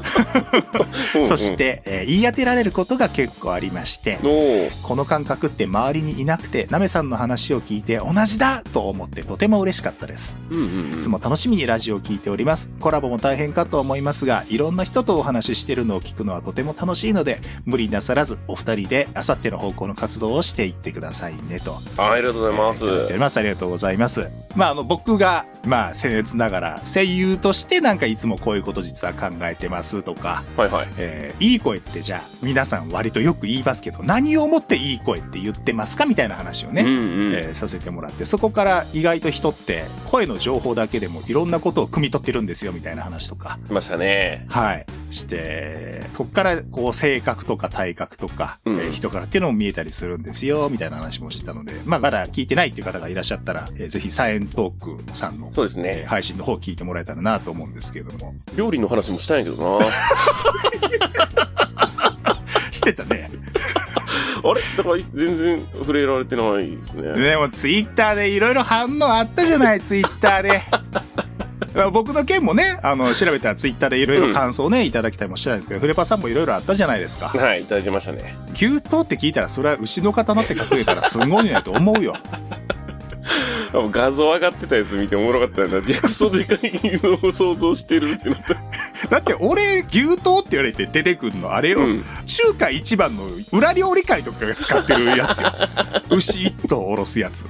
[SPEAKER 2] うんうん
[SPEAKER 1] そし。て、えー言い当てられることが結構ありまして、
[SPEAKER 2] おー
[SPEAKER 1] この感覚って周りにいなくて、ナメさんの話を聞いて同じだと思ってとても嬉しかったです。
[SPEAKER 2] うんうんう
[SPEAKER 1] い
[SPEAKER 2] ん。
[SPEAKER 1] つも楽しみにラジオを聞いております。コラボも大変かと思いますが、いろんな人とお話ししてるのを聞くのはとても楽しいので、無理なさらずお二人であさっての方向の活動をしていってくださいねと。
[SPEAKER 2] あありがとうございます。
[SPEAKER 1] えーいただいております。ありがとうございます。まあ、あの、僕が、まあ、僭越ながら、声優としてなんかいつもこういうこと実は考えてますとか、
[SPEAKER 2] はいはい。
[SPEAKER 1] えーいい声ってじゃあ皆さん割とよく言いますけど何をもっていい声って言ってますかみたいな話をね、
[SPEAKER 2] うんうん。
[SPEAKER 1] えーさせてもらってそこから意外と人って声の情報だけでもいろんなことを汲み取ってるんですよみたいな話とか。
[SPEAKER 2] 来ましたね。
[SPEAKER 1] はい。して、こっから、こう、性格とか体格とか、
[SPEAKER 2] うん
[SPEAKER 1] えー人からっていうのも見えたりするんですよ、みたいな話もしてたので、まあ、まだ聞いてないっていう方がいらっしゃったら、えーぜひ、サイエントークさんの、
[SPEAKER 2] そうです
[SPEAKER 1] えー
[SPEAKER 2] ね。
[SPEAKER 1] 配信の方を聞いてもらえたらなと思うんですけれども。
[SPEAKER 2] 料理の話もしたんやけど な。
[SPEAKER 1] してたね。
[SPEAKER 2] あれだから全然触れられてないですね。
[SPEAKER 1] でもツイッターでいろいろ反応あったじ ゃない、ツイッターで。僕の件もね、あの、調べたらツイッターでいろいろ感想をね、いただきたりもしてたんですけど、フレパさんもいろいろあったじゃないですか。
[SPEAKER 2] はい、いただきましたね。
[SPEAKER 1] 牛刀って聞いたら、それは牛の刀って書くれたらすごいねと思うよ。
[SPEAKER 2] あもう画像上がってたやつ見ておもろか ったんだ。でクソでかいのを想像してるってなった。
[SPEAKER 1] だって俺、牛刀って言われて出てくんの、あれよ、
[SPEAKER 2] うん。
[SPEAKER 1] 中華一番の裏料理会とかが使ってるやつ よ。牛一頭おろすやつ。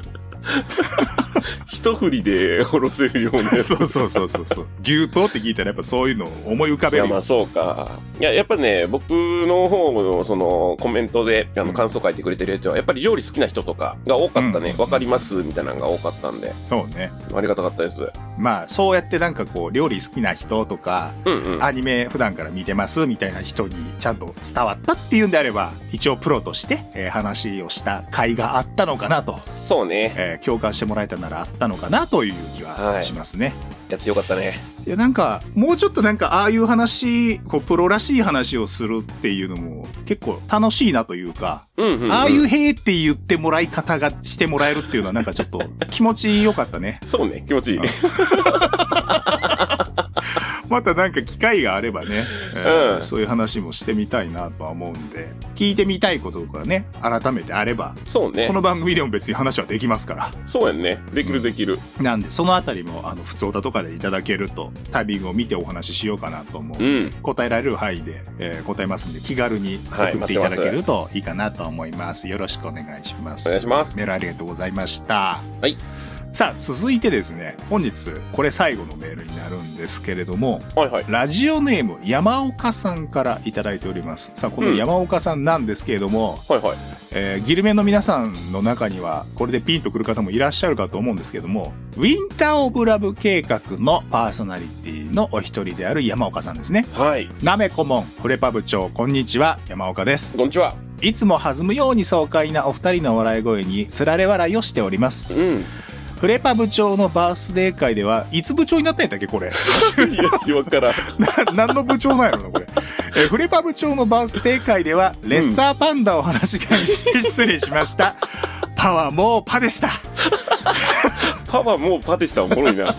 [SPEAKER 2] 一振りでおろせるようなやつ。
[SPEAKER 1] そうそうそうそうそう。牛刀って聞いたらやっぱそういうのを思い浮か
[SPEAKER 2] い
[SPEAKER 1] べ
[SPEAKER 2] や、
[SPEAKER 1] る
[SPEAKER 2] ま
[SPEAKER 1] よ。
[SPEAKER 2] あそうか。いや、やっぱね、僕の方の、その、コメントで、あ
[SPEAKER 1] うん
[SPEAKER 2] の、感想書いてくれてる人は、やっぱり料理好きな人とかが多かったね。
[SPEAKER 1] うん
[SPEAKER 2] わ、かりますみたいなのが多かったんで、
[SPEAKER 1] そうね。
[SPEAKER 2] ありがたかったです。
[SPEAKER 1] まあ、そうやってなんかこう、料理好きな人とか、
[SPEAKER 2] うんうん。
[SPEAKER 1] アニメ普段から見てますみたいな人にちゃんと伝わったっていうんであれば、一応プロとして、えー話をした甲斐があったのかなと、
[SPEAKER 2] そうね。
[SPEAKER 1] えー共感してもらえたならあったのかなという気はしますね。
[SPEAKER 2] やってよかったね。
[SPEAKER 1] い、や、なんか、もうちょっとなんか、ああいう話、こう、プロらしい話をするっていうのも結構楽しいなというか、
[SPEAKER 2] うんうん、うん。
[SPEAKER 1] ああいう、へーって言ってもらい方がしてもらえるっていうのはなんかちょっと気持ちよかったね。
[SPEAKER 2] そうね。気持ちいいね。
[SPEAKER 1] またなんか機会があればね、えー
[SPEAKER 2] うん
[SPEAKER 1] そういう話もしてみたいなとは思うんで、聞いてみたいこととかね、改めてあれば、
[SPEAKER 2] そうね
[SPEAKER 1] こ。の番組でも別に話はできますから。
[SPEAKER 2] そうやんね。できるできる。
[SPEAKER 1] なんで、そのあたりも、あの、普通歌とかでいただけると、タイミングを見てお話ししようかなと思う。
[SPEAKER 2] うん。
[SPEAKER 1] 答えられる範囲で、えー答えますんで、気軽に送
[SPEAKER 2] はい
[SPEAKER 1] っていただけるといいかなと思います。よろしくお願いします。
[SPEAKER 2] お願いします
[SPEAKER 1] メールありがとうございました。
[SPEAKER 2] はい。
[SPEAKER 1] さあ、続いてですね、本日、これ最後のメールになるんですけれども、
[SPEAKER 2] はいはい。
[SPEAKER 1] ラジオネーム山岡さんからいただいております。さあ、この山岡さんなんですけれども、
[SPEAKER 2] はいはい。
[SPEAKER 1] えーギルメの皆さんの中には、これでピンとくる方もいらっしゃるかと思うんですけども、ウィンター・オブ・ラブ計画のパーソナリティのお一人である山岡さんですね。
[SPEAKER 2] はい。
[SPEAKER 1] なめこもん、フレパ部長、こんにちは、山岡です。
[SPEAKER 2] こんにちは。
[SPEAKER 1] いつも弾むように爽快なお二人の笑い声に、つられ笑いをしております。
[SPEAKER 2] うん。
[SPEAKER 1] フレパ部長のバースデー会では、いつ部長になったんやったっけ、これ。
[SPEAKER 2] いや、しわ からん。
[SPEAKER 1] な何の部長なんやろなこれ、えーフレパ部長のバースデー会ではレッサーパンダを話し飼いして失礼しました、パはもうパでした
[SPEAKER 2] パはもうパでしたらおもろいな。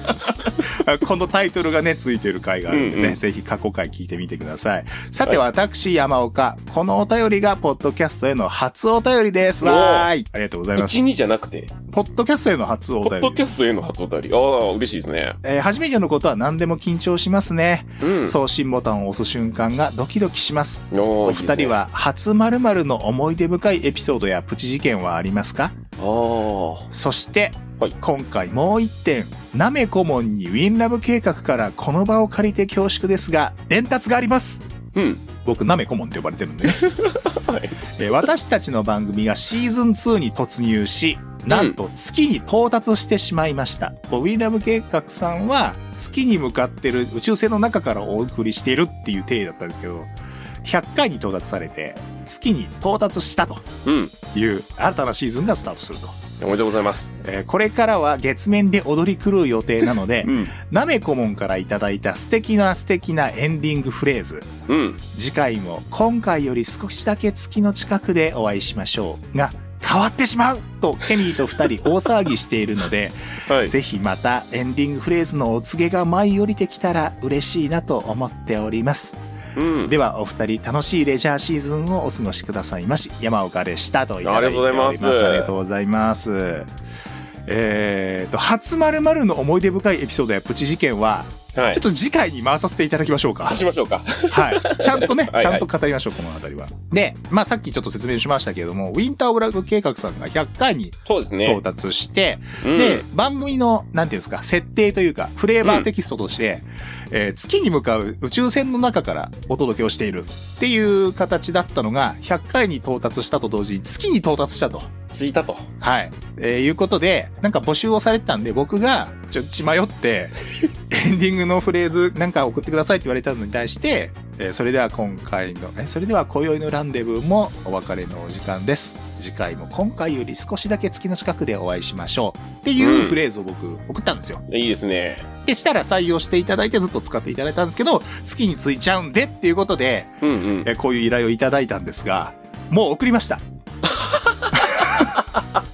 [SPEAKER 1] あこのタイトルがねついてる回があるんでね、
[SPEAKER 2] うんうん
[SPEAKER 1] ぜひ過去回聞いてみてくださいさて私山岡このお便りがポッドキャストへの初お便りです
[SPEAKER 2] おー
[SPEAKER 1] わーいありがとうございます
[SPEAKER 2] 一二じゃなくて、
[SPEAKER 1] ポッドキャストへの初お
[SPEAKER 2] ポッ
[SPEAKER 1] 便り
[SPEAKER 2] ド
[SPEAKER 1] で
[SPEAKER 2] キャ
[SPEAKER 1] す
[SPEAKER 2] ストへの初お便り。ああ、嬉しいですね。
[SPEAKER 1] えー初めてのことは何でも緊張しますね、
[SPEAKER 2] うん。
[SPEAKER 1] 送信ボタンを押す瞬間がドキドキします
[SPEAKER 2] お
[SPEAKER 1] お
[SPEAKER 2] ーいいです
[SPEAKER 1] 二
[SPEAKER 2] ね
[SPEAKER 1] 人は初〇〇の思い出深いエピソードやプチ事件はありますか
[SPEAKER 2] あ
[SPEAKER 1] そして、
[SPEAKER 2] はい
[SPEAKER 1] 今回もう一点、ナメコモンにウィンラブ計画からこの場を借りて恐縮ですが、伝達があります
[SPEAKER 2] あ。うん。
[SPEAKER 1] 僕、ナメコモンって呼ばれてるんでね、
[SPEAKER 2] はい
[SPEAKER 1] えー私たちの番組がシーズン2に突入し、なんと月に到達してしまいました。こうウィンラブ計画さんは月に向かってる宇宙船の中からお送りしているっていう体だったんですけど、100回に到達されて、月に到達したと
[SPEAKER 2] うん。
[SPEAKER 1] いう新たなシーズンがスタートすると。
[SPEAKER 2] おめでとうございます。
[SPEAKER 1] えーこれからは月面で踊り狂う予定なので
[SPEAKER 2] う、ん。
[SPEAKER 1] なめこもんからいただいた素敵な素敵なエンディングフレーズ。
[SPEAKER 2] うん。
[SPEAKER 1] 次回も今回より少しだけ月の近くでお会いしましょう。が、変わってしまうとケミーと二人大騒ぎしているの で、
[SPEAKER 2] はい。
[SPEAKER 1] ぜひまたエンディングフレーズのお告げが舞い降りてきたら嬉しいなと思っております。
[SPEAKER 2] うん。
[SPEAKER 1] ではお二人楽しいレジャーシーズンをお過ごしくださいまし山岡でしたといただいております
[SPEAKER 2] あ
[SPEAKER 1] あ
[SPEAKER 2] り
[SPEAKER 1] り
[SPEAKER 2] が
[SPEAKER 1] が
[SPEAKER 2] と
[SPEAKER 1] とうございますえー、と初まるの思い出深いエピソードやプチ事件は
[SPEAKER 2] は
[SPEAKER 1] ちょっ
[SPEAKER 2] い。
[SPEAKER 1] と次回に回させていただきましょうか
[SPEAKER 2] そうしましょうか。
[SPEAKER 1] はい。ちゃんとね
[SPEAKER 2] はいは、い
[SPEAKER 1] ちゃんと語りましょう、この辺りは。で、まあさっきちょっと説明しましたけれども、ウィンターオブラグ計画さんが100回に
[SPEAKER 2] そうですね
[SPEAKER 1] 到。達して、
[SPEAKER 2] うん
[SPEAKER 1] で、番組の、なんていうんですか、設定というか、フレーバーテキストとして、えー月に向かう宇宙船の中からお届けをしているっていう形だったのが、100回に到達したと同時に月に到達したと。
[SPEAKER 2] 着いたと。
[SPEAKER 1] はい。えーいうことで、なんか募集をされてたんで、僕が、ちょっと血迷 って、エンディングのフレーズ、なんか送ってくださいって言われたのに対して、えーそれでは今回の、えそれでは今宵のランデブーもお別れのお時間です。次回も今回より少しだけ月の近くでお会いしましょう。っていううんフレーズを僕、送ったんですよ。
[SPEAKER 2] いいですね。
[SPEAKER 1] で、したら採用していただいてずっと使っていただいたんですけど、月についちゃうんでっていうことで、
[SPEAKER 2] うんうん
[SPEAKER 1] え。ーこういう依頼をいただいたんですが、もう送りました。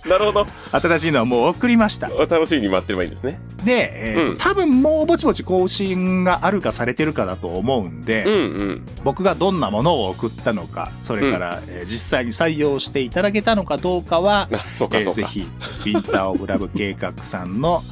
[SPEAKER 2] なるほど。
[SPEAKER 1] 新しいのはもう送りました。
[SPEAKER 2] お楽しみに待ってればいいんですね。
[SPEAKER 1] で、えーと
[SPEAKER 2] うん
[SPEAKER 1] 多分もうぼちぼち更新があるかされてるかだと思うんで、
[SPEAKER 2] うんうん。
[SPEAKER 1] 僕がどんなものを送ったのかそれから、えー実際に採用していただけたのかどうかは、
[SPEAKER 2] あ、そう
[SPEAKER 1] え
[SPEAKER 2] か
[SPEAKER 1] ー
[SPEAKER 2] そう
[SPEAKER 1] ぜ
[SPEAKER 2] か。
[SPEAKER 1] ひ「ウィンター・オブ・ラブ計画」さんの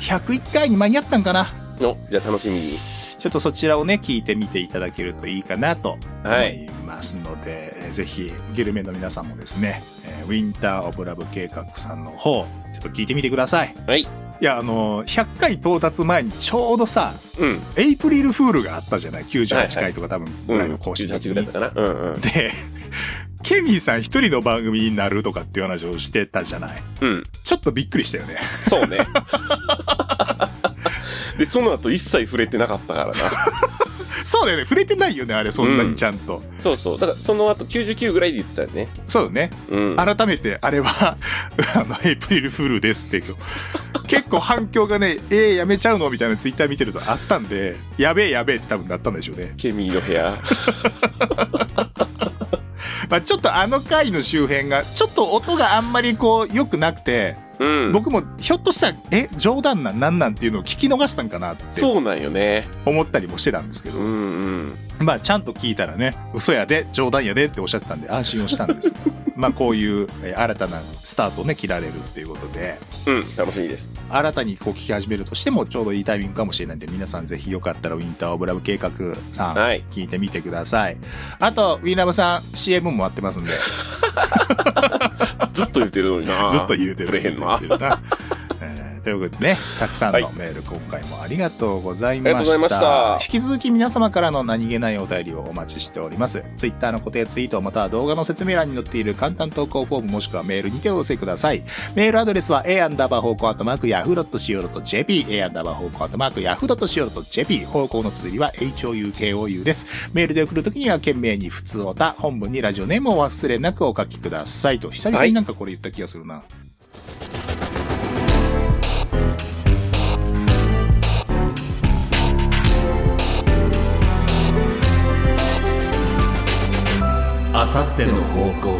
[SPEAKER 1] 101回に間に合ったんかな
[SPEAKER 2] の、じゃあ楽しみに。
[SPEAKER 1] ちょっとそちらをね聞いてみていただけるといいかなと思
[SPEAKER 2] はい。
[SPEAKER 1] いますので、えーぜひゲルメの皆さんもですね、えーウィンター・オブ・ラブ計画さんの方ちょっと聞いてみてください。
[SPEAKER 2] はい。
[SPEAKER 1] いやあのー100回到達前にちょうどさ
[SPEAKER 2] うん。
[SPEAKER 1] エイプリルフールがあったじゃない
[SPEAKER 2] はい
[SPEAKER 1] 98回とか多分
[SPEAKER 2] う
[SPEAKER 1] ぐらい
[SPEAKER 2] ん。
[SPEAKER 1] の更新
[SPEAKER 2] 18
[SPEAKER 1] 時
[SPEAKER 2] ぐ
[SPEAKER 1] に
[SPEAKER 2] らいだったかな。うんうん。
[SPEAKER 1] で ケミーさん一人の番組になるとかっていう話をしてたじゃない
[SPEAKER 2] うん。
[SPEAKER 1] ちょっとびっくりしたよね
[SPEAKER 2] そう ね。で、その後一切触れてなかったから な。
[SPEAKER 1] そうだよね触れてないよねあれそんな
[SPEAKER 2] うん
[SPEAKER 1] にちゃんと、
[SPEAKER 2] そうそう。だからその後99ぐらいで言ってたよね。
[SPEAKER 1] そうだね
[SPEAKER 2] うん。
[SPEAKER 1] 改めてあれは あのエイプリルフールですっていう結構反響がね えー、やめちゃうのみたいなツイッター見てるとあったんでやべえやべえって多分なったんでしょうね
[SPEAKER 2] ケミーの部屋。
[SPEAKER 1] まあちょっとあの回の周辺がちょっと音があんまりこう良くなくて
[SPEAKER 2] うん。
[SPEAKER 1] 僕もひょっとしたらえ冗談なんなんなんっていうのを聞き逃したんかなって
[SPEAKER 2] そうなんよね。
[SPEAKER 1] 思ったりもしてたんですけど、
[SPEAKER 2] うんうん。
[SPEAKER 1] まあちゃんと聞いたらね嘘やで冗談やでっておっしゃってたんで安心をしたん ですがまあこういうえー新たなスタートをね切られるっていうことで
[SPEAKER 2] うん。楽しみです。
[SPEAKER 1] 新たにこう聞き始めるとしてもちょうどいいタイミングかもしれないんで皆さんぜひよかったらウィンターオブラブ計画さん
[SPEAKER 2] はい。
[SPEAKER 1] 聞いてみてくださいあとウィンラブさん CM も待ってますんで
[SPEAKER 2] ずっと言ってるのにな。
[SPEAKER 1] ずっと言うて
[SPEAKER 2] く
[SPEAKER 1] る
[SPEAKER 2] れへんな
[SPEAKER 1] ず。っと言うてるなえーということでね、たくさん
[SPEAKER 2] は
[SPEAKER 1] のメール、今回もありがとうございま
[SPEAKER 2] ありがとう
[SPEAKER 1] し
[SPEAKER 2] ござ
[SPEAKER 1] た
[SPEAKER 2] いました
[SPEAKER 1] 引き続き皆様からの何気ないお便りをお待ちしております。ツイッターの固定ツイート、または動画の説明欄に載っている簡単投稿フォームもしくはメールにてお寄せください。メールアドレスは a アンダーバー方向アットマーク yahoo.co.jp a アンダーバー方向アットマーク yahoo.co.jp 方向の綴りは houkou です。メールで送るときには懸命に普通おた、本文にラジオネームをお忘れなくお書きくださいと、久々になんかこれ言った気がするな。
[SPEAKER 6] あさっての方向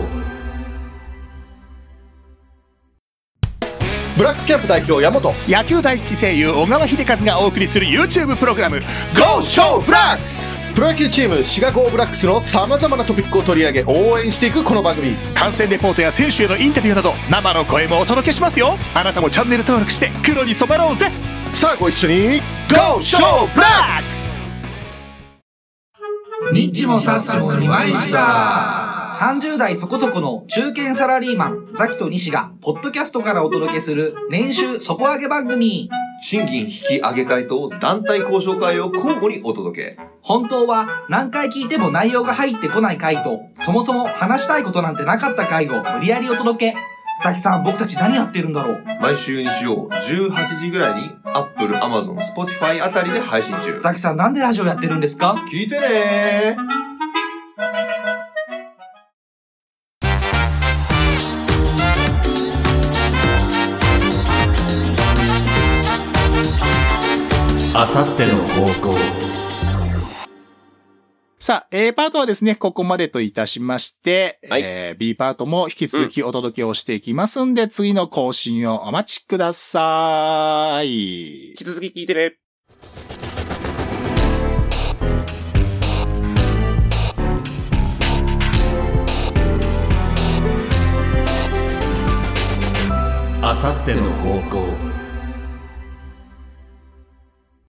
[SPEAKER 7] ブラックキャンプ代表山本
[SPEAKER 1] 野球大好き声優小川秀和がお送りする YouTube プログラム
[SPEAKER 7] GO SHOW ブラックスプロ野球チームシガゴーブラックスのさまざまなトピックを取り上げ応援していくこの番組
[SPEAKER 1] 観戦レポートや選手へのインタビューなど生の声もお届けしますよあなたもチャンネル登録して黒に染まろうぜ
[SPEAKER 7] さあご一緒に GO SHOW ブラックス
[SPEAKER 6] 日もさっちも2枚した
[SPEAKER 8] 30代そこそこの中堅サラリーマン、ザキと西が、ポッドキャストからお届けする、年収底上げ番組。
[SPEAKER 9] 賃金引き上げ会と団体交渉会を交互にお届け。
[SPEAKER 8] 本当は何回聞いても内容が入ってこない回と、そもそも話したいことなんてなかった回を無理やりお届け。ザキさん、僕たち何やってるんだろう
[SPEAKER 9] 毎週日曜18時ぐらいに Apple、Amazon、Spotify あたりで配信中。
[SPEAKER 8] ザキさん、なんでラジオやってるんですか
[SPEAKER 9] 聞いてねー
[SPEAKER 6] あさっての方向
[SPEAKER 1] さあ、A パートはですね、ここまでといたしまして、
[SPEAKER 2] はい
[SPEAKER 1] えー B パートも引き続きお届けをしていきますんで、次の更新をお待ちください
[SPEAKER 2] 引。き続き聞いてね。
[SPEAKER 6] あさっての方向